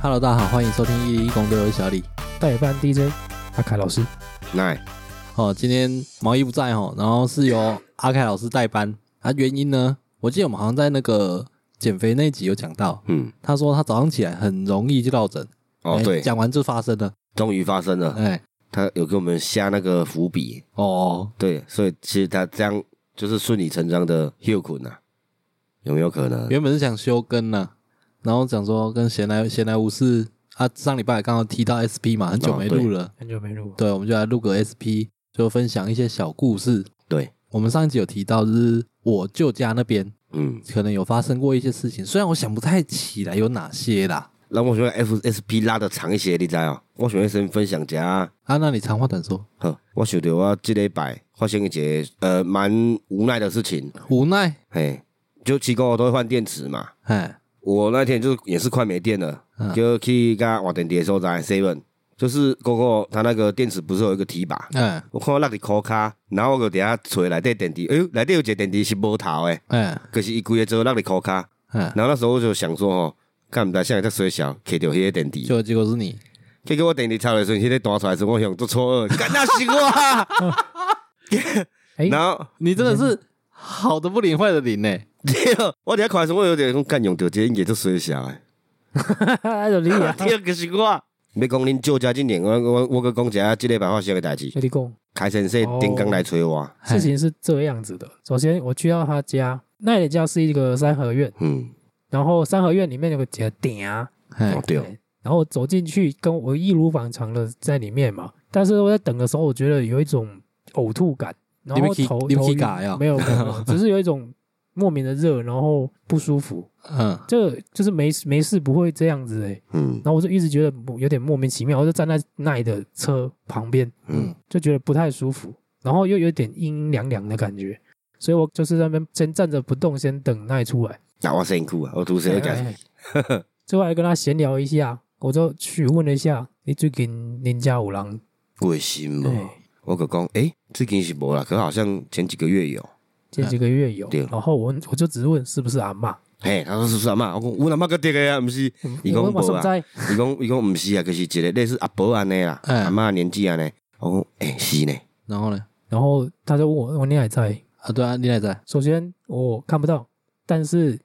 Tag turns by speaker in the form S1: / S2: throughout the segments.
S1: Hello，大家好，欢迎收听一零一公队，我是小李。
S2: 代班 DJ 阿凯老师，
S3: 奈
S1: 哦，今天毛衣不在哦，然后是由阿凯老师代班。啊，原因呢？我记得我们好像在那个减肥那一集有讲到，
S3: 嗯，
S1: 他说他早上起来很容易就落枕。
S3: 哦
S1: 哎
S3: 对，
S1: 讲完就发生了。
S3: 终于发生了，
S1: 哎，
S3: 他有给我们下那个伏笔，
S1: 哦，
S3: 对，所以其实他这样就是顺理成章的 heal 捆啊，有没有可能？
S1: 原本是想休更呢、然后讲说跟闲来闲来无事啊，上礼拜刚好提到 SP 嘛，很久没录
S3: 哦
S1: 了，
S2: 很久没录，
S1: 对，我们就来录个 SP，就分享一些小故事。
S3: 对，
S1: 我们上一集有提到，就是我舅家那边
S3: 嗯，
S1: 可能有发生过一些事情，虽然我想不太起来有哪些啦。
S3: 那我喜欢 FSP 拉的长一些，你知哦？我想要先分享一下，
S1: 啊，那你长话短说，
S3: 呵，我想到我这礼拜发生一件呃蛮无奈的事情，
S1: 无奈，
S3: 嘿，就机构都会换电池嘛，
S1: 哎，
S3: 我那天就是也是快没电了，
S1: 嗯
S3: 就去跟换电池的时候在 seven，就是 GoGo 它那个电池不是有一个提拔，
S1: 哎，
S3: 我看我落伫裤骹，然后我就伫遐找内底电池，哎呦，内底有一个电池是无头的，
S1: 哎，
S3: 可、是伊规个做落伫裤骹。
S1: 哎，
S3: 然后那时候我就想说吼，干毋知啥在衰小，摕着迄个电池。
S1: 就结果是你，
S3: 结果我电池插落时阵，迄、个弹出来时，我想做错愕，干那是我啊！
S2: 哎
S3: 然后
S1: 你真的是好的不灵，坏的灵呢、
S3: 对，我伫遐看的时候，我有点讲干用着这应该做衰小的。
S2: 阿就你啊，
S3: 第二个是我。要讲恁舅家今年，我我我搁讲一下即礼拜发生的代志。
S2: 小弟公，
S3: 开先生顶工来催我，
S2: 事情是这样子的。首先我去到他家，那里家是一个三合院，
S3: 嗯，
S2: 然后三合院里面有个几个顶啊，
S1: 哎
S3: 哦，对，
S2: 然后走进去，跟我一如往常的在里面嘛。但是我在等的时候，我觉得有一种呕吐感，然
S1: 你
S2: 后
S1: 们起
S2: 头
S1: 你们
S2: 头
S1: 起
S2: 晕
S1: 嘎呀
S2: 没有，没有没有只是有一种莫名的热，然后不舒服。
S1: 嗯，
S2: 这就是没事没事不会这样子哎、
S3: 嗯
S2: 然后我就一直觉得有点莫名其妙，我就站在奈的车旁边，
S3: 嗯，
S2: 就觉得不太舒服，然后又有点阴阴凉凉的感觉，所以我就是在那边先站着不动，先等奈出来。
S3: 那我辛苦啊，我拄
S2: 哎
S3: 先讲，
S2: 最后还跟他闲聊一下，我就去问了一下，你最近林家五郎，
S3: 过身无？
S2: 哎，
S3: 我就讲，诶、最近是无啦，可好像前几个月有。
S2: 这几个月有
S3: 对，
S2: 然后我问我就只问是不是阿嬷，
S3: 嘿，他说是什么？我讲我阿妈个跌个啊，不是， 伊讲
S2: 我
S3: 无
S2: 我
S3: 啊，
S2: 在，
S3: 伊讲伊讲不是啊，就是一个类似阿伯安尼啦，
S1: 嗯
S3: 阿妈年纪安尼。我讲诶、是呢，
S1: 然后呢？
S2: 然后他就问我，我你还在？
S1: 啊，对啊，你也在，
S2: 首先我看不到，但是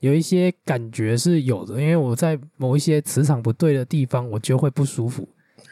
S2: 有一些感觉是有的，因为我在某一些磁场不对的地方，我就会不舒服。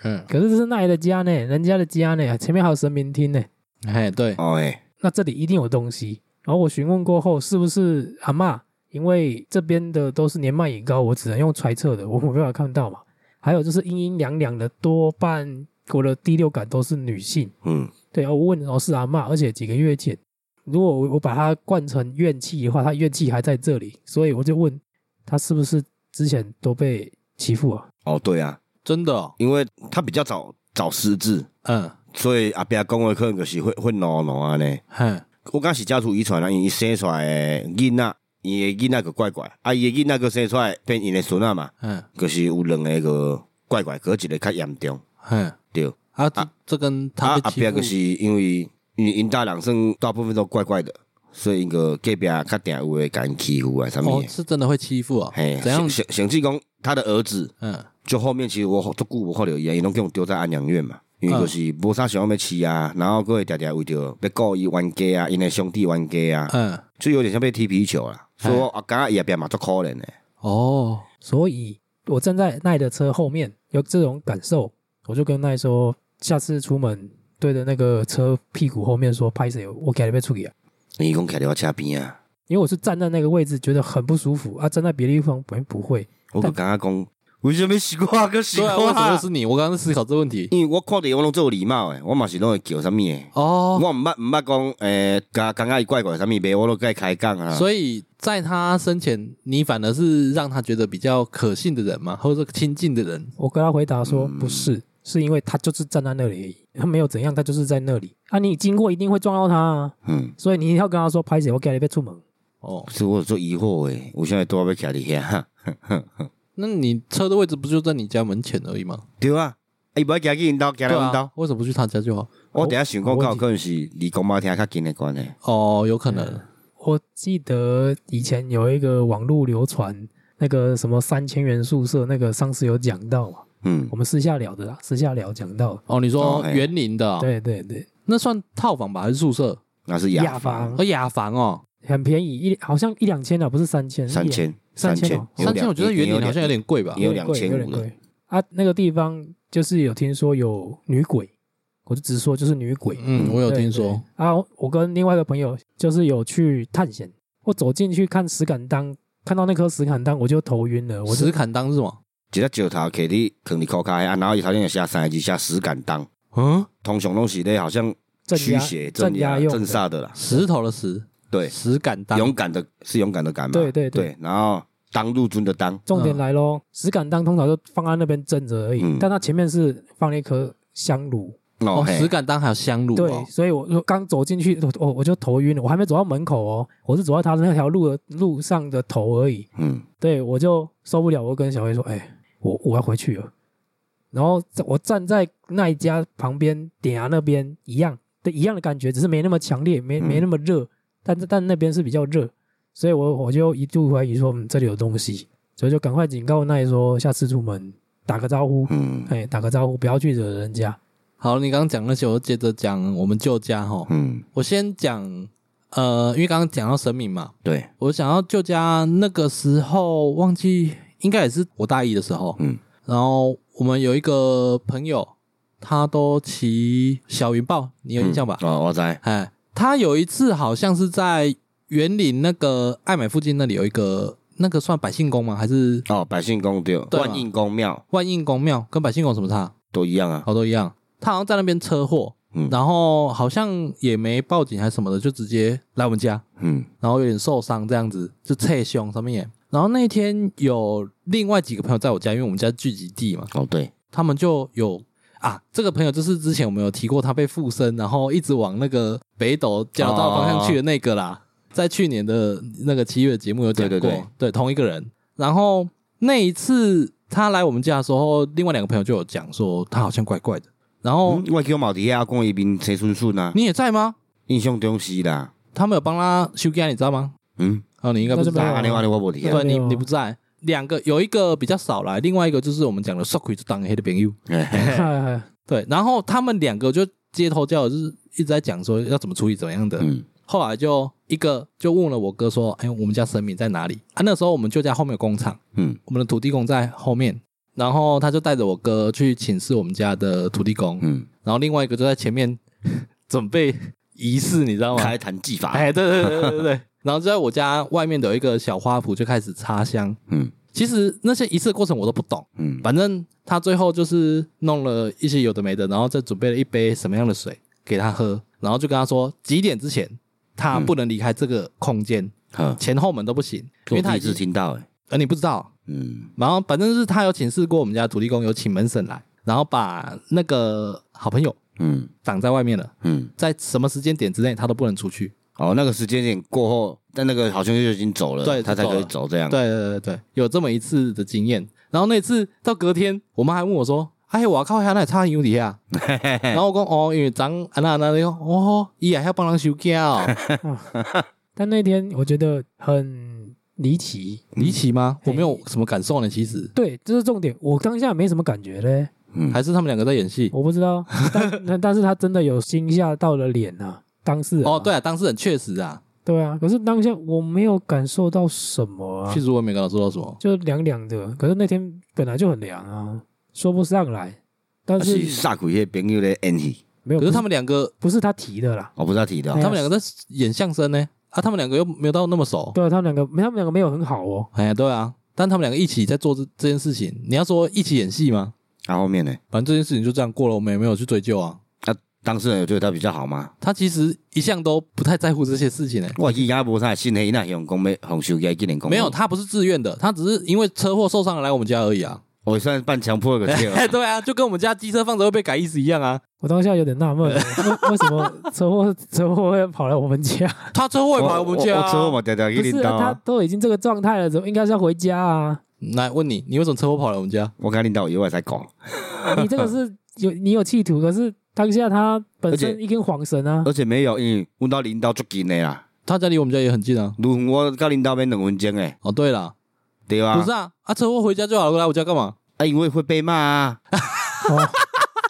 S1: 嗯，
S2: 可是这是奈的家呢，人家的家呢，前面还有神明厅呢，
S1: 哎，对，
S3: 哦诶、
S2: 那这里一定有东西。然后我询问过后，是不是阿嬷？因为这边的都是年迈已高，我只能用揣测的，我没办法看到嘛。还有就是阴阴凉凉的，多半我的第六感都是女性。
S3: 嗯，
S2: 对，我问哦是阿嬷，而且几个月前，如果我我把它灌成怨气的话，她怨气还在这里，所以我就问她是不是之前都被欺负啊？
S3: 哦对啊，
S1: 真的、哦，
S3: 因为他比较早早失智，
S1: 嗯，
S3: 所以阿伯讲的可能就是会会闹闹安尼。
S1: 嘿，
S3: 我讲是家族遗传啊，因为伊生出来的囡仔，伊的囡仔个怪怪，啊伊的囡仔个生出来变伊的孙仔嘛，
S1: 嗯，
S3: 就是有两个个怪怪，可一个较严重，
S1: 嘿，
S3: 对。
S1: 啊，这这跟
S3: 啊
S1: 他被
S3: 阿
S1: 欺
S3: 伯
S1: 负
S3: 就，是因为因为因大人算大部分都怪怪的，所以因个隔壁啊较定有会甲因欺负啊，啥物
S1: 哦，
S3: 的。
S1: 是真的会欺负哦，
S3: 嘿，
S1: 怎样
S3: 甚？甚甚至讲他的儿子，
S1: 嗯，
S3: 就后面其实我足久无看到伊啊，伊拢叫我丢在安养院嘛，因为就是
S1: 嗯
S3: 无啥想要饲啊，然后佫会常常为着要顾伊冤家啊，因的兄弟冤家啊，
S1: 嗯，
S3: 就有点像被踢皮球啦。所以我啊，刚刚也变嘛足可怜的。
S1: 哦，
S2: 所以我站在奈的车后面有这种感受，我就跟奈说，下次出门对着那个车屁股后面说拍谁，我给你被处理啊。
S3: 你讲徛伫我车边啊，
S2: 因为我是站在那个位置，觉得很不舒服啊，站在别的地方不不会，
S3: 我就刚刚讲，为什么是我个是
S1: 对啊，为
S3: 我
S1: 什么
S3: 啊
S1: 是？你？我刚刚在思考这个问题。
S3: 因为我看着我拢做有礼貌诶，我嘛是拢会叫啥物诶。
S1: 哦，
S3: 我毋捌毋捌讲，呃诶、感感觉伊怪怪啥物袂，我都甲伊开讲啊。
S1: 所以在他生前，你反而是让他觉得比较可信的人嘛，或者是亲近的人。
S2: 我跟他回答说
S3: 嗯
S2: 不是，是因为他就是站在那里而已，他没有怎样，他就是在那里啊，你经过一定会撞到他啊，
S3: 嗯，
S2: 所以你要跟他说拍谁，我给你被出门。
S1: 哦，
S3: 所以我有做疑惑诶，我现在都要徛伫遐。
S1: 那你车的位置不就在你家门前而已吗？
S3: 对啊，伊无行去因兜，行来
S1: 对
S3: 阮兜
S1: 啊。，为什么不去他家就好？
S3: 我第一想
S2: 我我
S3: 讲，敢有可能是离公妈厅较近的关系。
S1: 哦，有可能。
S2: 我记得以前有一个网络流传，那个什么三千元宿舍，那个上次有讲到嘛，
S3: 嗯
S2: 我，们私下聊的啦，私下聊讲到的，
S1: 哦，你说
S3: 哦哎
S1: 园林的哦、
S2: 对对对，
S1: 那算套房吧，还是宿舍？
S3: 那是
S2: 雅
S3: 雅
S2: 房
S1: 哦，雅房哦，
S2: 很便宜，一好像一两千啊，不是三千，
S3: 三千，
S2: 三千
S3: 千
S2: 哦，
S3: 有
S1: 三千，
S3: 两
S1: 我觉得园林好像有
S3: 有
S1: 点贵吧
S2: 一
S3: 也。
S2: 点，
S3: 有
S2: 点贵
S3: 2500
S2: 有点贵啊。那个地方就是有听说有女鬼，我就直说就是女鬼，
S1: 嗯，我有
S2: 对
S1: 听说。
S2: 对啊，我跟另外一个朋友就是有去探险，我走进去看石敢当，看到那颗石敢当我就头晕了，我
S1: 石
S2: 就
S1: 坎当是什么？
S3: 一只石头放伫放伫口卡啊，然后伊头先有写三个字写石敢当，
S1: 嗯，
S3: 通常拢是咧好像
S2: 镇
S3: 驱
S2: 压
S3: 邪
S2: 镇压
S3: 压
S2: 用
S3: 镇
S2: 的
S3: 煞的啦，
S1: 石头的石，
S3: 对，
S1: 石坎当。
S3: 勇敢的是勇敢的敢嘛，
S2: 对对对
S3: 对，然后当陆军的当，
S2: 重点
S1: 嗯
S2: 来喽，石敢当通常就放在那边镇着而已，
S3: 嗯
S2: 但它前面是放了一颗香炉，
S1: 哦，
S3: 嘿
S1: 石坎当还有香炉
S2: 对
S1: 哦，。
S2: 所以我就刚走进去，我我我就头晕了，我还没走到门口哦，我是走到他那条路的路上的头而已，
S3: 嗯，
S2: 对我就受不了，我跟小黑说，哎，我我要回去了。然后我站在那一家旁边点牙那边一样的一样的感觉，只是没那么强烈，没
S3: 嗯
S2: 没那么热，但但那边是比较热，所以我我就一度怀疑说，嗯，这里有东西，所以就赶快警告那里说，下次出门打个招呼，
S3: 嗯
S2: 哎，打个招呼，不要去惹人家。
S1: 好，你刚刚讲那些，我就接着讲我们旧家哈。
S3: 嗯，
S1: 我先讲，呃，因为刚刚讲到神明嘛，
S3: 对，
S1: 我想要旧家那个时候忘记，应该也是我大一的时候，
S3: 嗯，
S1: 然后我们有一个朋友，他都骑小云豹，你有印象吧？
S3: 嗯哦，我知，
S1: 哎，他有一次好像是在园林那个爱美附近那里有一个那个算百姓宫吗？还是
S3: 哦，百姓宫对，
S1: 对嘛
S3: 万应宫庙
S1: 万应宫庙？跟百姓宫有什么差？
S3: 都一样啊，
S1: 好多一样。他好像在那边车祸，
S3: 嗯
S1: 然后好像也没报警还是什么的，就直接来我们家，
S3: 嗯
S1: 然后有点受伤这样子，就侧胸上面也。然后那天有另外几个朋友在我家，因为我们家聚集地嘛，
S3: 哦对，
S1: 他们就有啊，这个朋友就是之前我们有提过，他被附身，然后一直往那个北斗交道方向去
S3: 哦
S1: 的那个啦，在去年的那个七月节目有讲过，
S3: 对对对
S1: 同一个人。然后那一次他来我们家的时候，另外两个朋友就有讲说他好像怪怪的。然后、
S3: 嗯我叫毛迪亚讲伊面车顺顺啊，
S1: 你也在吗？
S3: 印象中是啦，
S1: 他们有帮他修家，你知道吗？
S3: 嗯，
S1: 哦，你应该不知
S2: 那
S1: 道
S2: 就没有，
S3: 啊，你我你我无提啊，
S1: 对你
S2: 没有
S1: 你不在。两个有一个比较少来，另外一个就是我们讲的 s o c 就当黑的朋友。
S3: 嘿
S1: 对，然后他们两个就街头交流，就是一直在讲说要怎么处理怎么样的。
S3: 嗯
S1: 后来就一个就问了我哥说：“哎，我们家神明在哪里？”啊，那时候我们就家后面有工厂，
S3: 嗯
S1: 我们的土地公在后面。然后他就带着我哥去请示我们家的土地公，
S3: 嗯，
S1: 然后另外一个就在前面 准备仪式，你知道吗？
S3: 开坛技法，
S1: 啊哎，对对对对对对。然后就在我家外面的有一个小花圃就开始插香。
S3: 嗯
S1: 其实那些仪式的过程我都不懂，
S3: 嗯，
S1: 反正他最后就是弄了一些有的没的，然后再准备了一杯什么样的水给他喝，然后就跟他说几点之前他不能离开这个空间，
S3: 好，
S1: 前后门都不行，因
S3: 我
S1: 为他
S3: 第
S1: 已
S3: 一次
S1: 经
S3: 听到诶，
S1: 呃你不知道，
S3: 嗯
S1: 然后反正是他有请示过我们家土地公，有请门神来，然后把那个好朋友
S3: 嗯
S1: 挡在外面了，
S3: 嗯，
S1: 在什么时间点之内他都不能出去。
S3: 哦，那个时间点过后，但那个好像就已经走了，
S1: 对
S3: 他才可以走这样，
S1: 对对对对，有这么一次的经验。然后那次到隔天，我妈还问我说：“哎，我靠，遐那差很有底下。”啊 然后我讲：“哦，因为咱安那安那，你讲哦，伊也要帮人收家 哦，
S2: 但那天我觉得很离奇，
S1: 离奇吗？
S2: 嘿
S1: 我没有什么感受呢，其实
S2: 对，这是重点。我当下没什么感觉嘞，
S3: 嗯，
S1: 还是他们两个在演戏。
S2: 我不知道，但那但是他真的有惊吓到了脸呐、当事人啊、
S1: 哦，对啊，当事人确实啊，
S2: 对啊。可是当下我没有感受到什么啊
S1: 其，实我也没感受到什么。
S2: 就凉凉的。可是那天本来就很凉啊，说不上来，但
S3: 那啊是
S2: 是
S3: 萨鬼迄朋友咧演戏，
S2: 没有，
S1: 可是他
S2: 们
S1: 们两个，
S2: 不是他提的啦，
S3: 我不知道提的
S2: 哎
S1: 他
S2: 呀
S3: 哦，
S1: 们两个在演相声呢，啊，他们两个又没有到那么熟。
S2: 对啊，他们两个，他们两个没有很好哦。
S1: 哎呀，对啊，但他们两个一起在做这这件事情，你要说一起演戏吗？
S3: 啊后面呢，
S1: 反正这件事情就这样过了，我们也没有去追究啊。
S3: 当事人有对他比较好吗？
S1: 他其实一向都不太在乎这些事情诶、
S3: 我伊也无啥信黑，那用讲要红手机竟然讲
S1: 没有，，他不是自愿的，他只是因为车祸受伤了来我们家而已啊。
S3: 我算半强迫个对 了，
S1: 对啊，就跟我们家机车放着会被改意思一样啊。
S2: 我当下有点纳闷，为为什么车祸车祸会跑来我们家？
S1: 他车祸也跑来我们家、
S3: 我车
S1: 啊。
S3: 嘛，常常去
S2: 不是
S3: 领导
S2: 啊，他
S3: 啊，
S2: 都已经这个状态了，怎么应该是要回家啊？
S1: 来问你，你为什么车祸跑来我们家？
S3: 我跟领导以外才讲，
S2: 你这个是有你有企图，可是当下他本
S3: 而
S2: 身
S3: 且
S2: 一根黄绳啊
S3: 而，且没有，因为阮到领导足近的啦，
S1: 他家离我们家也很近啊。
S3: 如我到领导要两分钟诶，
S1: 哦，对了，
S3: 对啊
S1: 不是，啊，啊，车祸回家就好了，来我家干嘛？
S3: 啊，因为会被骂啊，
S2: 哦，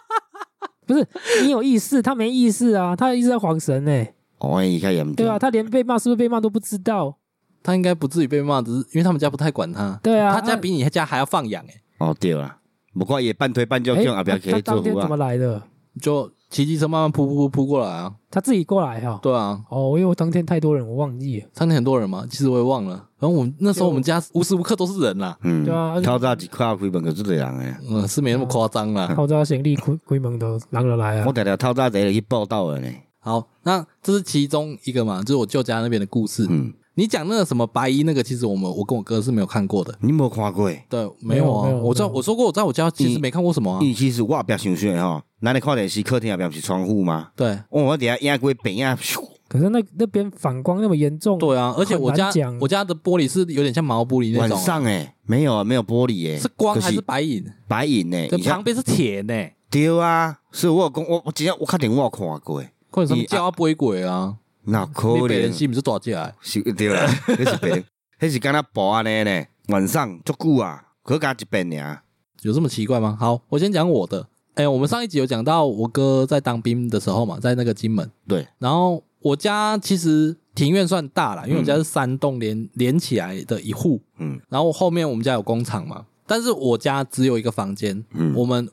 S2: 不是你有意识，他没意识啊，他一直在晃神呢、
S3: 哦，伊较严重，
S2: 对啊，他连被骂是不是被骂都不知道，
S1: 他应该不至于被骂，只是因为他们家不太管他。
S2: 对啊，
S1: 他家比你家还要放养哎、
S3: 哦对啊，不过也半推半就
S2: 哎
S3: 叫阿伯
S2: 他
S3: 去
S2: 当
S3: 做
S2: 天
S3: 福
S2: 怎么
S3: 啊，
S2: 来的？
S1: 就骑机车慢慢扑扑扑扑过来啊。
S2: 他自己过来哈、
S1: 对啊，
S2: 哦，因为我当天太多人，我忘记了。
S1: 当天很多人嘛，其实我也忘了。然后我们那时候我们家无时无刻都是人啦，
S3: 嗯
S2: 对啊
S3: 透早一看开门就这个人诶。
S1: 嗯，是没那么夸张啦。
S2: 靠这行李开开门都人就来啊
S3: 我！常常透早一个去报道的呢，
S1: 好，那这是其中一个嘛，就是我舅家那边的故事。
S3: 嗯，
S1: 你讲那个什么白衣那个，其实我们我跟我哥是没有看过的。
S3: 你无看过？
S1: 对，
S2: 没
S1: 没
S2: 有
S1: 有啊
S2: 没有，
S1: 我知道
S2: 没有
S1: 我说过，我在我家其实
S3: 嗯
S1: 没看过什么啊
S3: 因。为其实我后壁想想的吼，咱咧看电视客厅后壁不是窗户吗？
S1: 对
S3: 哦，我底下压过边啊，咻
S2: 可是那那边反光那么严重，
S1: 对啊，而且我家
S2: 很难讲
S1: 我家的玻璃是有点像毛玻璃那
S3: 晚
S1: 种啊，
S3: 上诶，没有啊，没有玻璃
S2: 欸
S3: 诶，
S1: 是光
S3: 就
S1: 还是白影？
S3: 白银诶？
S1: 对，
S3: 以前
S1: 旁边是铁呢，
S2: 嗯
S3: 对啊，所以我有讲我我真正我确定我有看过，
S1: 或者什么
S3: 你
S1: 叫啊鬼鬼啊，
S3: 那可
S1: 你北人
S3: 怜
S1: 西不是啊打架的？
S3: 是对啦，迄是白人，迄是敢若保安诶呢，晚上足久啊，可加一遍尔，
S1: 有这么奇怪吗？好，我先讲我的。哎、我们上一集有讲到我哥在当兵的时候嘛，在那个金门。
S3: 对，
S1: 然后我家其实庭院算大啦，因为我家是三栋连连起来的一户，
S3: 嗯
S1: 然后后面我们家有工厂嘛，但是我家只有一个房间，
S3: 嗯
S1: 我们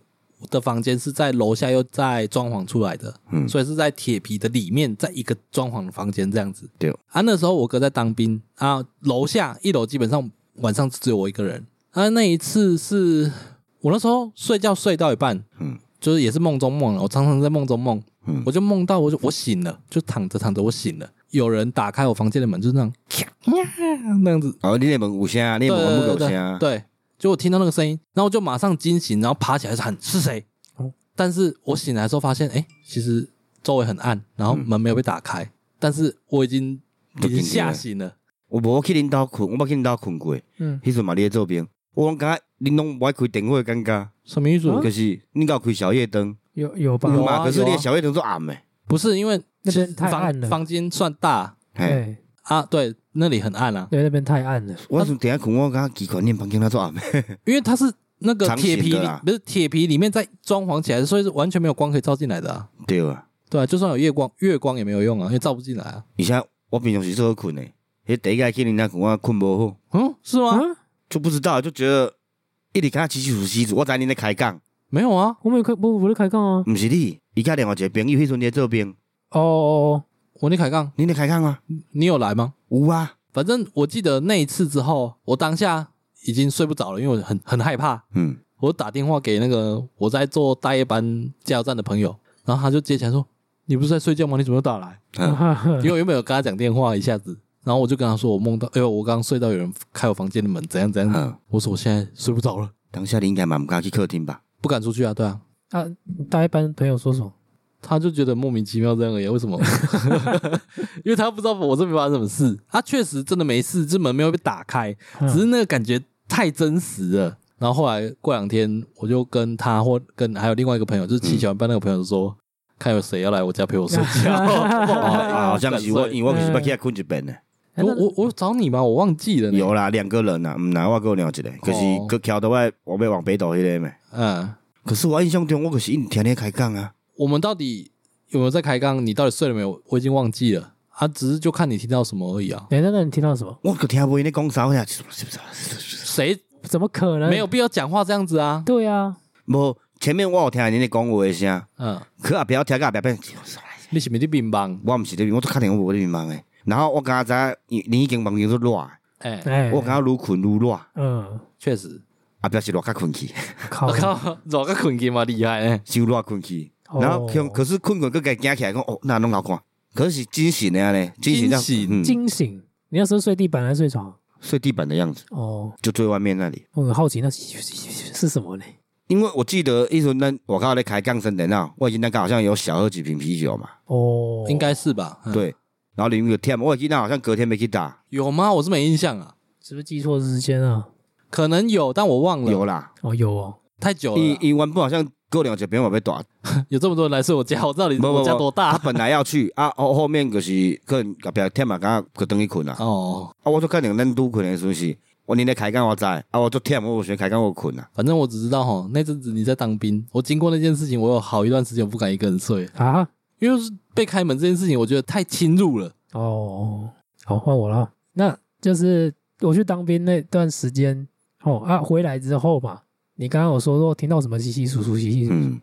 S1: 的房间是在楼下又在装潢出来的，
S3: 嗯
S1: 所以是在铁皮的里面，在一个装潢的房间这样子。
S3: 对
S1: 啊，那时候我哥在当兵啊，楼下一楼基本上晚上只有我一个人。啊，那一次是我那时候睡觉睡到一半，
S3: 嗯
S1: 就是也是梦中梦了，我常常在梦中梦，
S3: 嗯
S1: 我就梦到我就我醒了，就躺着躺着我醒了，有人打开我房间的门，就是那样， 那样子，
S3: 哦，你的门有声，你的门
S1: 对
S3: 有
S1: 对
S3: 声，
S1: 对，就我听到那个声音，然后我就马上惊醒，然后爬起来喊是谁
S2: 哦？
S1: 但是我醒来的时候发现，哎、其实周围很暗，然后
S3: 嗯
S1: 门没有被打开，但是我已经
S3: 都
S1: 已
S3: 进去
S1: 经吓醒了。
S3: 我无去恁兜困，我捌去恁兜困过，
S2: 嗯，
S3: 迄阵嘛你咧做兵，我拢感觉恁拢无爱开电话的感觉，
S1: 什么意思？
S2: 哦
S3: 就是恁有开小夜灯，
S2: 有有吧？
S1: 有啊
S3: 嘛，可是你的小夜灯都暗诶，
S1: 不是因为
S2: 那边
S1: 其实
S2: 太
S1: 房
S2: 暗了
S1: 房间算大
S3: 嘿，
S2: 对
S1: 啊，对，那里很暗啊，
S2: 哎对，那边太暗了。
S3: 我阵顶下困，我感觉奇怪，恁房间哪做暗的？
S1: 因为它是那个
S3: 长
S1: 铁皮
S3: 形的
S1: 里
S3: 啦
S1: 不是铁皮里面在装潢起来的，所以是完全没有光可以照进来的啊。
S3: 对啊，
S1: 对啊，就算有夜光，月光也没有用啊，因为照不进来啊。
S3: 而且我平常时做好困诶，迄第一下去恁遐困，我困无好，
S1: 嗯，是吗？
S2: 啊，
S3: 就不知道，就觉得一直感觉起起属起属，我知恁咧开讲，
S1: 没有啊，
S2: 我们有开，我我在开杠啊。
S3: 毋是你，伊甲另外一个朋友迄阵咧做兵，
S2: 哦哦
S1: 我你凯杠，
S3: 恁咧开讲吗？
S1: 你有来吗？
S3: 有啊，
S1: 反正我记得那一次之后，我当下已经睡不着了，因为我很很害怕。
S3: 嗯，
S1: 我打电话给那个我在做大夜班加油站的朋友，然后他就接起来说：“你不是在睡觉吗？你怎么又打来
S2: 哦，
S3: 嗯
S2: 哈哈？”
S1: 因为我原本有跟他讲电话，一下子，然后我就跟他说：“我梦到，哎呦，我刚刚睡到有人开我房间的门，怎样怎样。
S3: 嗯，”
S1: 我说：“我现在睡不着了，
S3: 当下你应该嘛毋敢去客厅吧？
S1: 不敢出去啊。”对啊，
S2: 啊，大一班朋友说什么？
S1: 他就觉得莫名其妙这样而已，为什么？因为他不知道我这边发生什么事，他确实真的没事，这门没有被打开，
S2: 嗯
S1: 只是那个感觉太真实了。然后后来过两天，我就跟他或跟还有另外一个朋友，就是骑小班那个朋友说，看有谁要来我家陪我睡觉。
S3: 哦嗯啊， 好像是我，因为我毋是捌去遐困一遍诶，
S2: 哎
S1: 我
S2: 那
S1: 我我找你吗？我忘记了。
S3: 有，啦，两个人啊啦，毋啦，我还有另外一个，可是
S1: 哦
S3: 佮桥到我我要往北岛迄个咩？
S1: 嗯，
S3: 可是我印象中，我可是一直听你开讲啊，
S1: 我们到底有没有在开杠？你到底睡了没有？我已经忘记了。啊，只是就看你听到什么而已啊。
S2: 哎，那那你听到什么？
S3: 我可听无你讲啥呀？
S1: 谁
S2: 怎么可能？
S1: 没有。必要讲话这样子啊？
S2: 对啊，
S3: 无前面我有听恁咧讲话的声，
S1: 嗯，
S3: 可也不要听个也不要听。
S1: 你是不是乒乓？
S3: 我毋是咧，我都确定我无咧迷茫诶。然后我刚才你你已经梦见都热的，
S1: 哎、
S2: 哎，
S3: 我感觉愈困愈热，
S2: 嗯，
S1: 确实，
S3: 啊，表示热较困去，
S2: 靠
S1: 我，靠，怎个困觉嘛厉害哎呢、
S3: 伤热困去。
S2: 哦
S3: 然后可可是困困，佮家惊起来讲哦，那拢老看，可是惊醒的咧，惊醒到
S1: 惊醒
S3: 嗯
S2: 惊醒！你那时候睡地板还是睡床？
S3: 睡地板的样子，
S2: 哦，
S3: 就最外面那里。
S2: 我很好奇，那是是什么呢？
S3: 因为我记得一阵咱我靠咧开杠声的那，我已经那个好像有小喝几瓶啤酒嘛，
S2: 哦，
S1: 应该是吧？嗯、
S3: 对。然后林有天，我记得那好像隔天没去打，
S1: 有吗？我是没印象啊，
S2: 是不是记错时间啊？
S1: 可能有，但我忘了。
S3: 有啦。
S2: 哦，有哦，
S1: 太久了
S3: 伊
S1: 啦，
S3: 伊原本好像过两节朋友被打，
S1: 有这么多人来睡我家，我到底
S3: 不不不
S1: 我家多
S3: 他
S1: 大？
S3: 本来要去啊，后后面就是可能隔壁天嘛，刚刚去等伊困 啊。
S1: 哦，
S3: 啊，我就看见咱拄困的时候是，我年咧开工我知，啊我足忝，我有时开工我困啊。
S1: 反正我只知道哈，那阵子你在当兵，我经过那件事情，我有好一段时间我不敢一个人睡，
S2: 啊，
S1: 因为是被开门这件事情，我觉得太侵入了。
S2: 哦，好，换我了。那就是我去当兵那段时间，哦啊，回来之后嘛，你刚刚有说说听到什么稀稀疏疏、稀稀疏疏
S3: 嗯，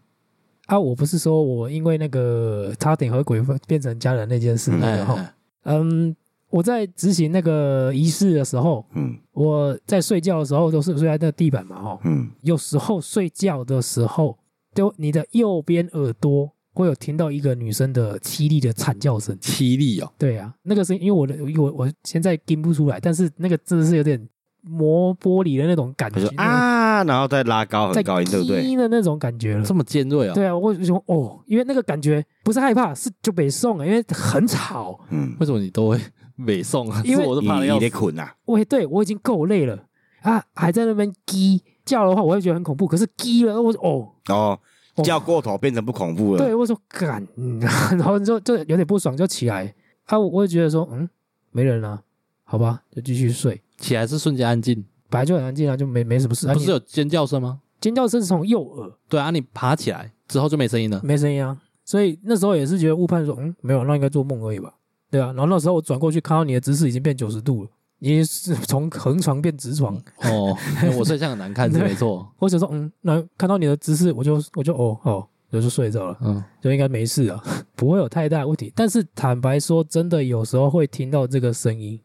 S2: 啊，我不是说我因为那个差点和鬼分变成家人那件事，
S3: 嗯
S1: 哎
S2: 然后嗯，我在执行那个仪式的时候，
S3: 嗯
S2: 我在睡觉的时候都是睡在那个地板嘛，哦，
S3: 嗯，
S2: 有时候睡觉的时候，就你的右边耳朵会有听到一个女生的凄厉的惨叫声。
S1: 凄厉哦，
S2: 对啊，那个声音，因为我的我我我现在听不出来，但是那个真的是有点磨玻璃的那种感
S3: 他
S2: 觉
S3: 说，啊，然后再拉高
S2: 在
S3: 很高音，对不对？
S2: 滴的那种感觉了
S1: 这。么尖锐哦。
S2: 对啊，我就说哦，因为那个感觉不是害怕，是就北宋啊，因为很吵。
S3: 嗯，
S1: 为什么你都会 美送啊？
S2: 因为
S1: 是我都
S3: 你
S1: 怕的要
S3: 你
S1: 死
S3: 咧。困啊，
S2: 我对我已经够累了啊，还在那边叽叫的话，我会觉得很恐怖。可是叽了，我说哦，
S3: 哦
S2: 哦，
S3: 叫过头变成不恐怖了。
S2: 对，我说干， 嗯然后就就有点不爽，就起来啊，我我就觉得说嗯，没人啊，好吧，就继续睡。
S1: 起来是瞬间安静，
S2: 本来就很安静啊，就没没什么事。啊
S1: 不是
S2: 你
S1: 有尖叫声吗？
S2: 尖叫声是从右耳，
S1: 对啊，你爬起来之后就没声音了。
S2: 没声音啊。所以那时候也是觉得误判说，嗯，没有，那应该做梦而已吧，对啊。然后那时候我转过去看到你的姿势已经变九十度了，已经是从横床变直床。
S1: 哦，因为我睡相很难看是没错。
S2: 我想说，嗯，那看到你的姿势，我就我就哦哦，我就睡着了，
S1: 嗯，
S2: 就应该没事啊， 不会有太大问题。但是坦白说，真的有时候会听到这个声音，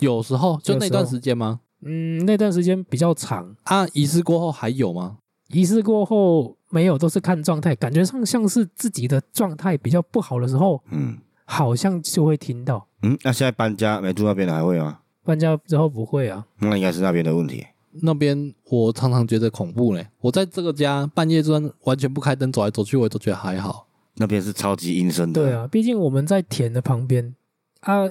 S1: 有时候就
S2: 有
S1: 那
S2: 时
S1: 段
S2: 候
S1: 时间吗？
S2: 嗯，那段时间比较长，
S1: 啊，仪式过后还有吗？
S2: 仪式过后没有，都是看状态，感觉上像是自己的状态比较不好的时候，
S3: 嗯
S2: 好像就会听到。
S3: 嗯，那现在搬家没住那边的还会吗？
S2: 搬家之后不会啊，
S3: 那应该是那边的问题。
S1: 那边我常常觉得恐怖嘞。我在这个家半夜就算完全不开灯走来走去，我也都觉得还好。
S3: 那边是超级阴森的。
S2: 对，啊，毕竟我们在田的旁边啊，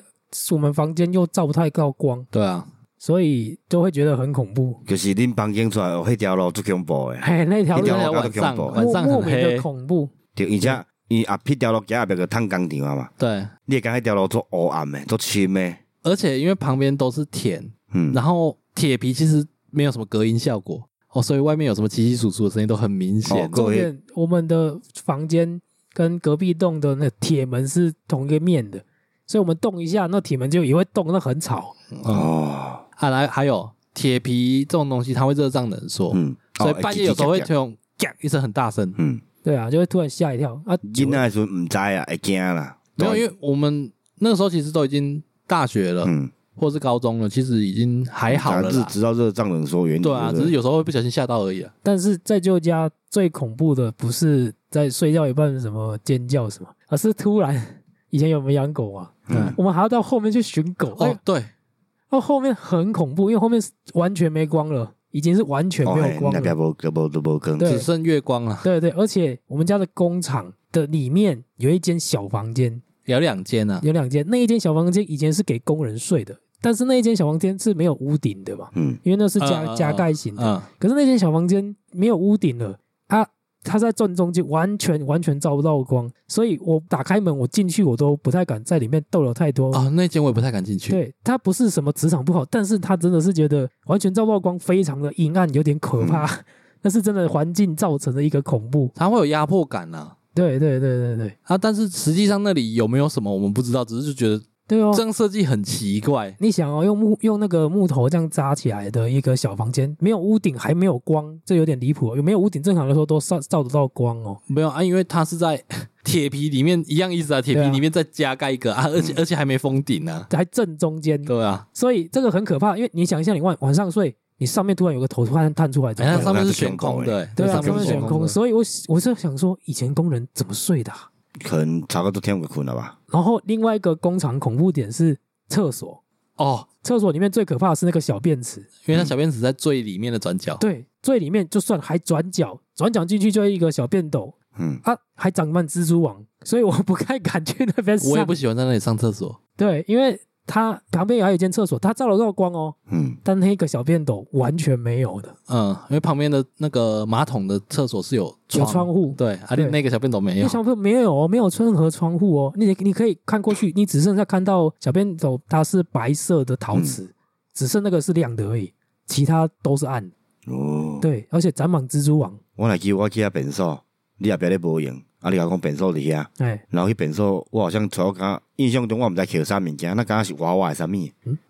S2: 我们房间又照不太到光，
S1: 对啊，
S2: 所以就会觉得很恐怖。
S3: 就是恁房间出来有迄条路最恐怖的，
S2: 哎，那条路
S3: 一
S1: 那
S3: 条
S1: 天
S3: 路
S1: 晚上晚
S3: 搞得恐怖
S1: 上
S2: 莫莫
S1: 很
S2: 名的
S1: 黑，
S2: 恐怖，
S3: 对，而且伊啊，迄条路行后壁个探工厂啊嘛，
S1: 对，
S3: 你会感觉迄条路做黑暗的，做深的，
S1: 而且因为旁边都是田，
S3: 嗯，
S1: 然后铁皮其实没有什么隔音效果哦，所以外面有什么稀稀疏疏的声音都很明显
S3: 哦。各
S2: 重
S3: 位
S2: 点我们的房间跟隔壁栋的那铁门是同一个面的，所以我们动一下，那铁门就也会动，那很吵。
S1: 嗯
S3: 哦，
S1: 啊，来还有铁皮这种东西，它会热胀冷缩，
S3: 嗯，
S1: 所以
S3: 哦
S1: 半夜有时候会
S3: 叽叽
S1: 这
S3: 喳喳
S1: 种“嘎”一声很大声。
S3: 嗯，
S2: 对啊，就会突然吓一跳啊！
S3: 囡仔的时阵毋知啊，会惊啦，
S1: 没有，因为我们那个时候其实都已经大学了，
S3: 嗯，
S1: 或是高中了，其实已经还好了
S3: 知
S1: 啦。
S3: 知道热胀冷缩原理，
S1: 对啊，
S3: 不
S1: 只是有时候会不小心吓到而已啊。
S2: 但是在舅家最恐怖的不是在睡觉一半什么尖叫什么，而是突然以前有没有养狗啊？
S3: 嗯
S2: 我们还要到后面去寻狗，
S1: 哦
S2: 哦，，
S1: 对，
S2: 哦，后面很恐怖，因为后面是完全没光了，已经是完全
S3: 哦
S2: 没
S3: 嘿
S2: 有光
S3: 那边
S2: 了。
S3: 无都无都无光，
S2: 对
S1: 只剩月光了，
S2: 对对，而且我们家的工厂的里面有一间小房间，
S1: 有两间啊。
S2: 有两间。那一间小房间以前是给工人睡的，但是那一间小房间是没有屋顶的嘛，
S3: 嗯，
S2: 因为那是加、
S1: 嗯嗯嗯
S2: 加盖型的。
S1: 嗯，
S2: 可是那间小房间没有屋顶了啊，它在正中间，完全完全照不到光，所以我打开门，我进去我都不太敢在里面逗留太多。
S1: 啊，那间我也不太敢进去。
S2: 对，它不是什么职场不好，但是它真的是觉得完全照不到光，非常的阴暗，有点可怕。 那是真的环境造成的一个恐怖。
S1: 它会有压迫感呐。
S2: 对对对对对
S1: 啊，但是实际上那里有没有什么我们不知道，只是就觉得
S2: 对哦
S1: 这。样设计很奇怪。
S2: 你想哦，用木用那个木头这样扎起来的一个小房间，没有屋顶，还没有光，这有点离谱、哦。有没有屋顶，正常来说都照照得到光哦。
S1: 没有啊，因为它是在 铁皮里面一样意思啊，铁
S2: 对
S1: 皮
S2: 啊嗯
S1: 里面再加盖一个啊，而且而且还没封顶呢。
S2: 还正中间，
S1: 对啊，
S2: 所以这个很可怕。因为你想一下，你晚晚上睡，你上面突然有个头突然探出来，怎
S1: 哎，
S2: 么
S1: 它
S2: 办
S3: 那
S1: 上面是
S3: 是
S1: 悬
S3: 悬空
S1: 空的，
S2: 对
S1: 它
S2: 啊，
S3: 那
S2: 上
S1: 上
S2: 面
S1: 面
S3: 是
S1: 是
S2: 悬
S1: 悬
S2: 空，
S1: 的。
S2: 所以我我是想说，以前工人怎么睡的啊、
S3: 可能差不多天有困了吧，
S2: 然后另外一个工厂恐怖点是厕所，
S1: 哦，
S2: 厕所里面最可怕的是那个小便池，
S1: 因为它小便池在最里面的转角。
S2: 对，最里面就算还转角，转角进去就一个小便斗
S3: 嗯，
S2: 啊，还长满蜘蛛网，所以我不太敢去那边上。
S1: 我也不喜欢在那里上厕所。
S2: 对，因为它旁边还有一间厕所，它照得到光哦，
S3: 嗯，
S2: 但那个小便斗完全没有的，
S1: 嗯，因为旁边的那个马桶的厕所是有
S2: 有窗户。
S1: 对，啊，
S2: 对
S1: 那个小便斗没
S2: 那
S1: 有。
S2: 小便斗没有哦，没有任何窗户哦，你你可以看过去，
S3: 嗯
S2: 你只剩下看到小便斗它是白色的陶瓷，只剩那个是亮的而已。其他都是暗的。
S3: 哦，
S2: 对，而且展满蜘蛛网，
S3: 我若记我去遐便所，你也别咧无用，啊，你甲我讲便所伫遐，
S2: 哎，
S3: 然后去便所，我好像找我敢印象中我毋知捡啥物件，那敢若是娃娃的啥物？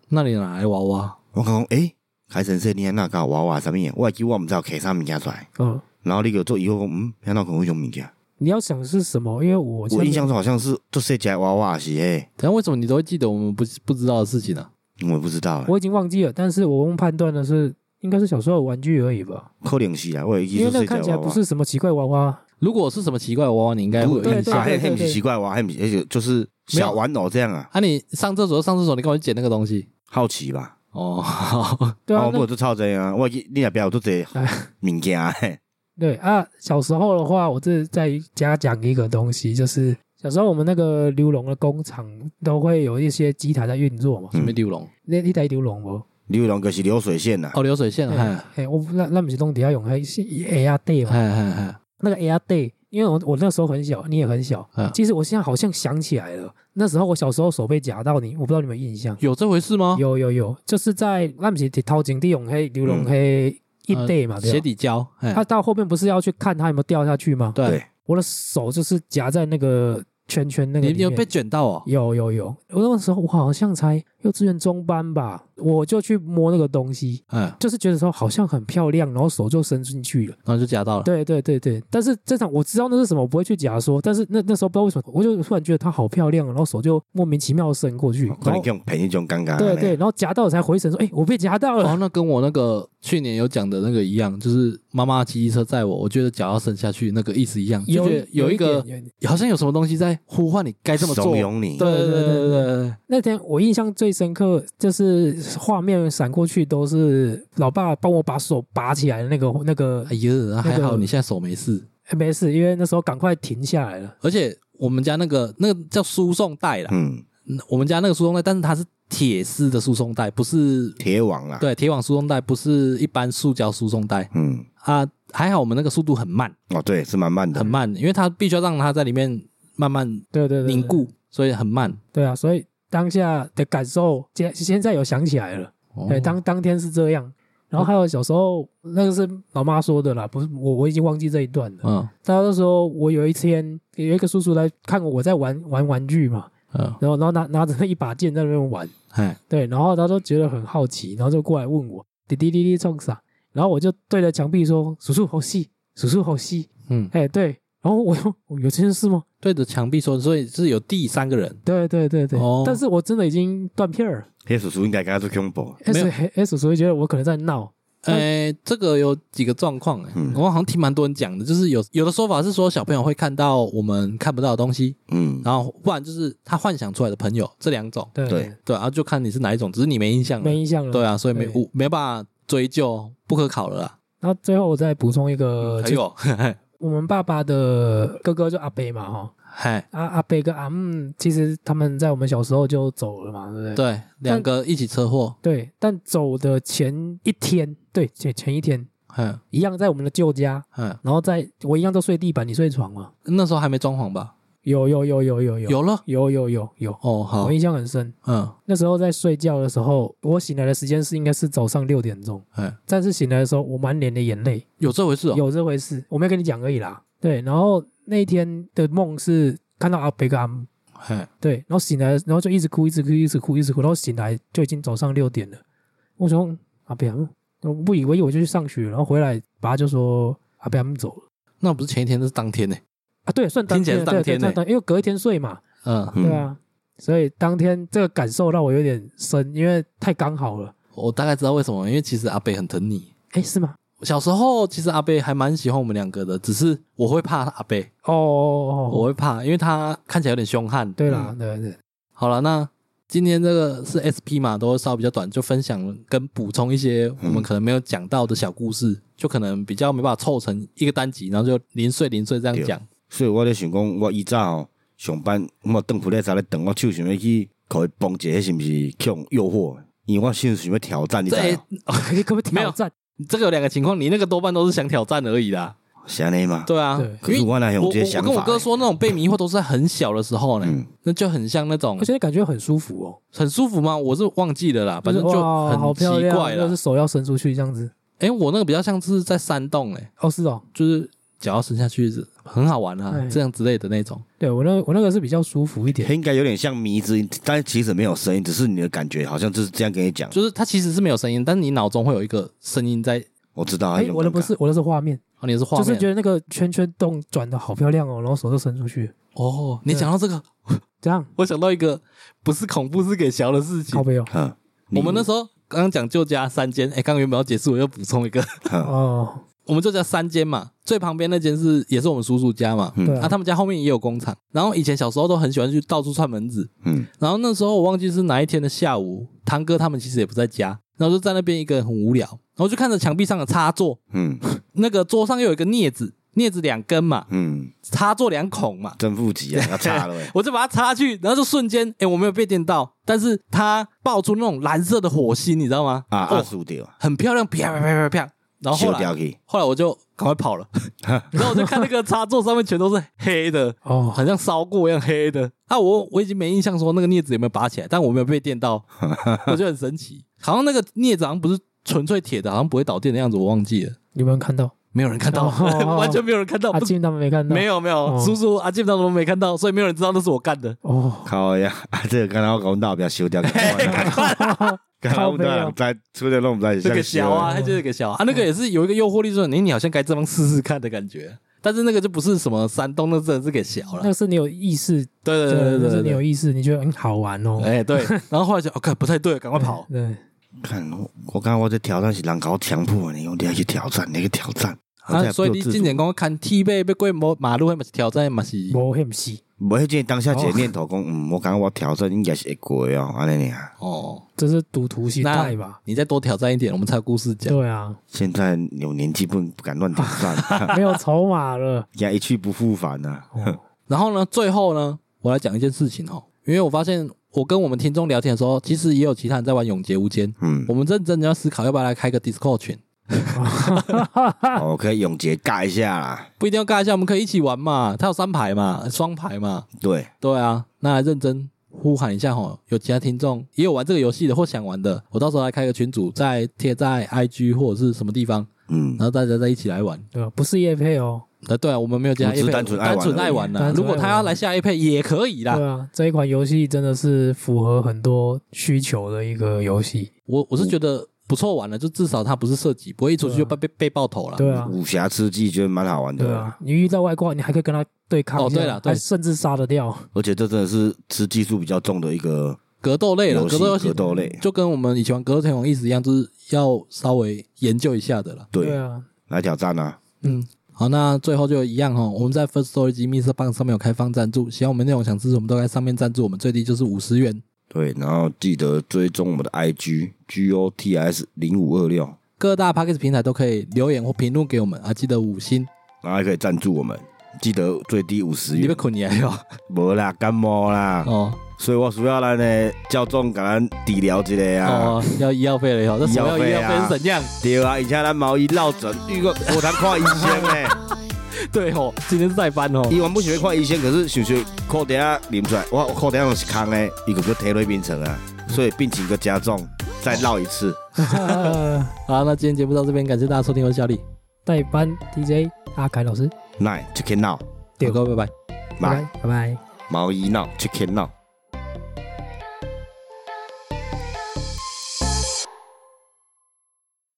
S1: 那你哪来娃娃？
S3: 我讲诶、欸，凯神说你安那有娃娃啥物？我会记我毋知有捡啥物件出来，
S2: 嗯，
S3: 然后你给我做以后讲，嗯，安那可能有种物件，
S2: 你要想是什么？因为我
S3: 我印象中好像是做细只的娃娃是诶，
S1: 等一下为什么你都会记得我们不不知道的事情呢、
S3: 我也不知道欸，
S2: 我已经忘记了，但是我用判断的是，应该是小时候的玩具而已吧，
S3: 可能是啊，我会记
S2: 因为那
S3: 做细
S2: 个
S3: 只
S2: 看起
S3: 的
S2: 来
S3: 娃
S2: 不
S3: 娃。
S2: 是什么奇怪娃娃，
S1: 如果是什么奇怪的娃娃，你应该会有
S2: 对
S1: 印
S2: 对
S1: 象
S3: 啊，。
S2: 对
S3: 迄迄毋是奇怪娃，迄毋是，迄就是小玩偶这样啊，
S1: 啊，你上厕所就上厕所，你干嘛去捡那个东西？
S3: 好奇吧？
S1: 哦，
S2: 对啊
S3: 我，不
S2: 那
S3: 做超济啊，我记你也别有做济物件 诶，
S2: 对啊，小时候的话，我这再加讲一个东西，就是小时候我们那个溜龙的工厂都会有一些机台在运作嘛，
S1: 准备丢龙
S2: 那你台溜龙不？
S3: 流浪就是流水线呐，啊
S1: 哦，流水线，嗨
S2: 哎，我那那不是弄底下用还是 A R Day
S1: 嗨
S2: 嘛？
S1: 嗨嗨，
S2: 那个 Air Day，因为我我那时候很小，你也很小。
S1: 嗯
S2: 其实我现在好像想起来了，那时候我小时候手被夹到你，我不知道你们有没有印象。
S1: 有这回事吗？
S2: 有有有，就是在那不是掏井地永黑流龙黑一
S1: 嗯呃
S2: day 嘛，对
S1: 鞋
S2: 吧？
S1: 底胶，哎
S2: 他，到后面不是要去看他有没有掉下去吗？
S1: 对
S3: 对，
S2: 我的手就是夹在那个圈圈那个
S1: 你
S2: 里
S1: 你有被
S2: 面。
S1: 卷到哦？
S2: 有有有，我那时候我好像才幼稚园中班吧，我就去摸那个东西，
S1: 嗯，然
S2: 就是觉得说好像很漂亮，然后手就伸进去了。
S1: 后就夹到了。
S2: 对对对对，但是这场我知道那是什么，我不会去假说。但是那那时候不知道为什么，我就突然觉得它好漂亮，然后手就莫名其妙地伸过去，
S3: 可
S2: 然
S3: 能
S2: 后
S3: 用骗一种啊尴尬。
S2: 对对，，然后夹到我才回神说：“哎、我被夹到了。
S1: 哦，那跟我那个去年有讲的那个一样，就是妈妈骑机车载我，我觉得脚要伸下去，那个意思一样，就
S2: 有
S1: 觉得有一
S2: 一
S1: 个
S2: 点有一点
S1: 好像有什么东西在呼唤你该这么做。
S3: 怂
S1: 对
S3: 恿你，
S1: 对对对对对，
S2: 那天我印象最深刻，就是画面闪过去都是老爸帮我把手拔起来的那个那个，
S1: 哎呀，还
S2: 那
S1: 好
S2: 个
S1: 你现在手没事，
S2: 哎没事，因为那时候赶快停下来了。
S1: 而且我们家那个那个叫输送带啦，
S3: 嗯，
S1: 嗯我们家那个输送带，但是它是铁丝的输送带，不是
S3: 铁网啊啦，，
S1: 对铁网输送带，不是一般塑胶输送带
S3: 嗯，
S1: 啊。还好我们那个速度很慢，
S3: 哦，对，是蛮慢的，
S1: 很慢，因为它必须要让它在里面慢慢
S2: 对对对对
S1: 凝固，所以很慢。
S2: 对啊，所以当下的感受，现现在有想起来了。
S1: 哦
S2: 对，当当天是这样。然后还有小时候，那个是老妈说的啦，不是我，我已经忘记这一段了。
S1: 嗯
S2: 她那时候我有一天有一个叔叔来看我，我在玩玩玩具嘛，
S1: 嗯，
S2: 然后然后拿拿着那一把剑在那边玩，
S1: 哎，
S2: 对，然后他就觉得很好奇，然后就过来问我，滴滴滴滴冲啥？然后我就对着墙壁说，叔叔好细，叔叔好细，
S1: 嗯，
S2: 哎对，然后我说有这件事吗？
S1: 对着墙壁说，所以是有第三个人，
S2: 对对对对，
S1: 哦
S2: 但是我真的已经断片儿了，
S3: 黑叔叔应该跟他做恐怖，啊
S1: 没有
S2: S S 叔叔会觉得我可能在闹，但
S1: 哎，这个有几个状况，哎
S3: 嗯，
S1: 我好像听蛮多人讲的，就是有有的说法是说小朋友会看到我们看不到的东西，
S3: 嗯，
S1: 然后不然就是他幻想出来的朋友，这两种，
S2: 对
S3: 对
S1: 对，然啊后就看你是哪一种，只是你没印象了
S2: 没，印象了，
S1: 对啊，所以没
S2: 对
S1: 无没办法追究，不可考了啦。哎
S2: 然后最后我再补充一个，
S1: 嗯还
S2: 就
S1: 有，
S2: 我们爸爸的哥哥就阿贝嘛，哈，啊
S1: 嗨，
S2: 阿阿贝跟阿姆，其实他们在我们小时候就走了嘛，对不对？
S1: 对，两个一起车祸，
S2: 对但走的前一天，对，前前一天
S1: 嗯
S2: 一样在我们的旧家，
S1: 嗯，
S2: 然后在我一样都睡地板，你睡床嘛？
S1: 那时候还没装潢吧？
S2: 有有有有有有
S1: 有了，
S2: 有有有有，
S1: 哦，好
S2: 我，印象很深。
S1: 嗯
S2: 那时候在睡觉的时候，我醒来的时间是应该是早上六点钟，
S1: 嗯，
S2: 但是醒来的时候我满脸的眼泪，
S1: 有这回事哦，
S2: 有这回事，我没有跟你讲而已啦。对，然后那一天的梦是看到阿北跟阿姆，
S1: 嘿，
S2: 对，然后醒来，然后就一直哭，一直哭，一直哭，一直哭，然后醒来就已经早上六点了。我想说阿北阿姆，我不以为意，我就去上学，然后回来，爸就说阿北阿姆走了
S1: 那不是前一天，那是当天呢。
S2: 啊，对，算当
S1: 听起来是
S2: 天，对
S1: 当
S2: 对
S1: 天
S2: 对，
S1: 呢
S2: 当因为隔一天睡嘛，
S1: 嗯，
S3: 嗯
S2: 对啊，所以当天这个感受让我有点深，因为太刚好了。
S1: 我大概知道为什么，因为其实阿贝很疼你。
S2: 哎，是吗？
S1: 小时候其实阿贝还蛮喜欢我们两个的，只是我会怕阿贝，
S2: 哦哦，哦
S1: 我会嗯怕，因为他看起来有点凶悍。
S2: 对啦，对对，
S1: 好了，那今天这个是 SP 嘛，都稍微比较短，就分享跟补充一些我们可能没有讲到的小故事，就可能比较没办法凑成一个单集，然后就零碎零碎这样讲。
S3: 所以我咧想讲，我以早吼上班，我当铺咧在咧等，我手想要去互伊帮者，迄是毋是强诱惑？因为我想想要挑战，你知
S1: 这
S3: 道？
S2: 你可不可以挑战？
S1: 这个有两个情况，你那个多半都是想挑战而已啦。
S3: 是安尼吗？
S1: 对啊，
S2: 对
S3: 可是
S1: 因为
S3: 我那
S1: 我
S3: 有
S1: 我
S3: 这个想
S1: 我跟我
S3: 法
S1: 哥
S3: 欸，
S1: 说，那种被迷惑都是在很小的时候呢，
S3: 嗯
S1: 那就很像那种
S2: 而且感觉很舒服哦，
S1: 很舒服吗？我是忘记了啦，反正
S2: 就是
S1: 就
S2: 哇
S1: 很
S2: 好
S1: 奇
S2: 漂亮，
S1: 怪
S2: 就
S1: 了
S2: 是。手要伸出去这样子。
S1: 哎、我那个比较像是在山洞哎、
S2: 哦，是哦，
S1: 就是脚要伸下去是很好玩啊
S2: 哎，
S1: 这样之类的那种。
S2: 对我那我那个是比较舒服一点。
S3: 应该有点像迷之音，但其实没有声音，只是你的感觉好像就是这样跟你讲。
S1: 就是它其实是没有声音，但是你脑中会有一个声音在。
S3: 我知道啊，
S2: 哎
S3: 那，种
S2: 我的
S3: 感
S2: 不
S3: 觉
S2: 是，我的是画面，
S1: 哦，你是画
S2: 就
S1: 面、
S2: 是觉得那个圈圈洞转的好漂亮哦，然后手就伸出去，
S1: 哦。你讲到这个，
S2: 这样
S1: 我想到一个不是恐怖，是给小的事情
S2: 靠。背哦。
S3: 嗯，你
S1: 我们那时候刚刚讲旧家三间，哎、刚刚原本要结束，我又补充一个，
S3: 嗯
S2: 哦，
S1: 我们旧家三间嘛，最旁边那间是也是我们叔叔家嘛，
S3: 嗯
S2: 对
S1: 啊，
S2: 啊，
S1: 他们家后面也有工厂。然后以前小时候都很喜欢去到处串门子，
S3: 嗯
S1: 然后那时候我忘记是哪一天的下午，堂哥他们其实也不在家，然后就在那边一个人很无聊，然后就看着墙壁上的插座，
S3: 嗯
S1: 那个桌上又有一个镊子，镊子两根嘛，
S3: 嗯，
S1: 插座两孔嘛，
S3: 正负极啊，要差 了欸
S1: 我就把它插下去，然后就瞬间，哎、我没有被电到，但是它爆出那种蓝色的火星，你知道吗？
S3: 啊，
S1: 哦
S3: 二十五掉，
S1: 很漂亮，啪啪啪啪啪。然后后
S3: 修
S1: 来，
S3: 掉去，
S1: 后来我就赶快跑了，然后我就看那个插座上面全都是黑的，
S2: 哦，
S1: 很像烧过一样黑的。啊，我我已经没印象说那个镊子有没有拔起来，但我没有被电 到，我觉得很神奇。好像那个镊子好像不是纯粹铁的，好像不会导电的样子，我忘记了。
S2: 有没有看到？
S1: 没有人看到，
S2: 哦
S1: 完全没有人看到，
S2: 阿
S1: 不
S2: 金他们没看到，
S1: 没
S2: 有
S1: 有没有，
S2: 哦
S1: 叔叔啊，基本上都没看到，所以没有人知道那是我干的。
S2: 哦，
S3: 靠呀，啊，这个刚刚我讲到不要 修掉，赶快刚刚我们在在出的弄在
S1: 哦这个小啊，
S2: 像
S1: 它
S2: 是
S1: 就是个小啊，啊那个也是有一个诱惑力说，你你好像该这样试试看的感觉。但是那个就不是什么山东，那真的是给小
S2: 那
S1: 了。
S2: 个是你有意识，
S1: 对对对
S2: 就
S1: 对
S2: 是
S1: 对
S2: 你有
S1: 对，
S2: 意识，你觉得很好玩哦。
S1: 哎 对。然后后来就哦，看不太对，赶快跑。
S2: 对，
S3: 哦看我，我刚刚我在挑战是人搞强迫的，你用你要去挑战，你去挑战。我才
S1: 啊，所以
S3: 不
S1: 你
S3: 自主
S1: 今年讲看踢被被过马马路，还嘛是挑战，嘛是
S2: 无很细，
S3: 无迄个当
S1: 哦
S3: 下一个念头讲，嗯，我感觉我挑战应该是会过的哦，安尼尔。
S1: 哦。
S2: 这是赌徒心态吧？
S1: 你再多挑战一点，我们才有故事讲。
S2: 对啊，
S3: 现在有年纪不不敢乱挑战，
S2: 没有筹码了。
S3: 也一去不复返呐、啊。
S2: 哦
S1: 然后呢，最后呢，我来讲一件事情哦，因为我发现我跟我们听众聊天的时候，其实也有其他人在玩《永劫无间》，
S3: 嗯
S1: 我，们认真的要思考要不要来开个 Discord 群，啊
S3: 我哦可以永杰尬一下啦。
S1: 不一定要尬一下，我们可以一起玩嘛。它有三排嘛，双排嘛，
S3: 对，
S1: 对啊，那来认真呼喊一下吼，有其他听众也有玩这个游戏的或想玩的，我到时候来开个群组，再贴在 IG 或者是什么地方，
S3: 嗯
S1: 然，后大家再一起来玩。
S2: 对啊吧？不是叶配哦，
S1: 呃，对啊，我们没有加
S3: 我们只
S1: A
S3: 是
S1: 配，
S3: 单纯爱玩
S1: 单纯
S3: 而已
S1: 爱玩呐。
S2: 单纯爱玩
S1: 如果他要来下 A 配也可以啦
S2: 对。啊，这一款游戏真的是符合很多需求的一个游戏。
S1: 我我是觉得不错玩了，就至少他不是射击，不会一出去就被被被爆头了。
S2: 对啊，
S3: 武侠吃鸡觉得蛮好玩的
S2: 对
S3: 啦，
S2: 啊，你遇到外挂，你还可以跟他对抗一下，
S1: 哦对啦对
S2: 还甚至杀得掉。
S3: 而且这真的是吃技术比较重的一个
S1: 格斗类了，
S3: 游
S1: 格
S3: 戏，
S1: 斗游
S3: 格
S1: 戏
S3: 斗类。啊
S1: 就跟我们以前玩格斗天王意思一样，就是要稍微研究一下的啦。
S3: 对，
S2: 啊，
S3: 来挑战啊！
S1: 嗯，好，那最后就一样哦。我们在 First Story 及 Mr. Bang 上面有开放赞助，喜欢我们内容想支持我们都在上面赞助，我们最低就是五十元。
S3: 对，然后记得追踪我们的 IG G O T S 零五二六，
S1: 各大 p a c k a g e 平台都可以留言或评论给我们啊，记得五星。
S3: 然后还可以赞助我们，记得最低五十
S1: 你被
S3: 元。啊
S1: 捆你还 有
S3: 无啦，感冒啦，
S1: 哦
S3: 所以我需要咱的教总给咱治疗一下啊。
S1: 哦，要医药费了哟，这什么要医药
S3: 医药费
S1: 费
S3: 啊
S1: 是怎样？
S3: 对啊，而且咱毛伊落枕，伊个无通看医生诶，
S1: 对哦，今天是代班哦。
S3: 伊原本想要看医生，可是想想裤底啊啉出来，我裤底拢是空诶，伊个个体内冰层啊，所以病情个加重，再闹一次。
S1: 好，那今天节目到这边，感谢大家收听，我是小李，
S2: 代班 DJ 阿凯老师，
S3: 那 chicken 闹，
S2: 对
S1: 好各位拜拜。
S2: 拜
S3: 来
S2: 拜拜拜。
S3: 毛伊闹 chicken 闹。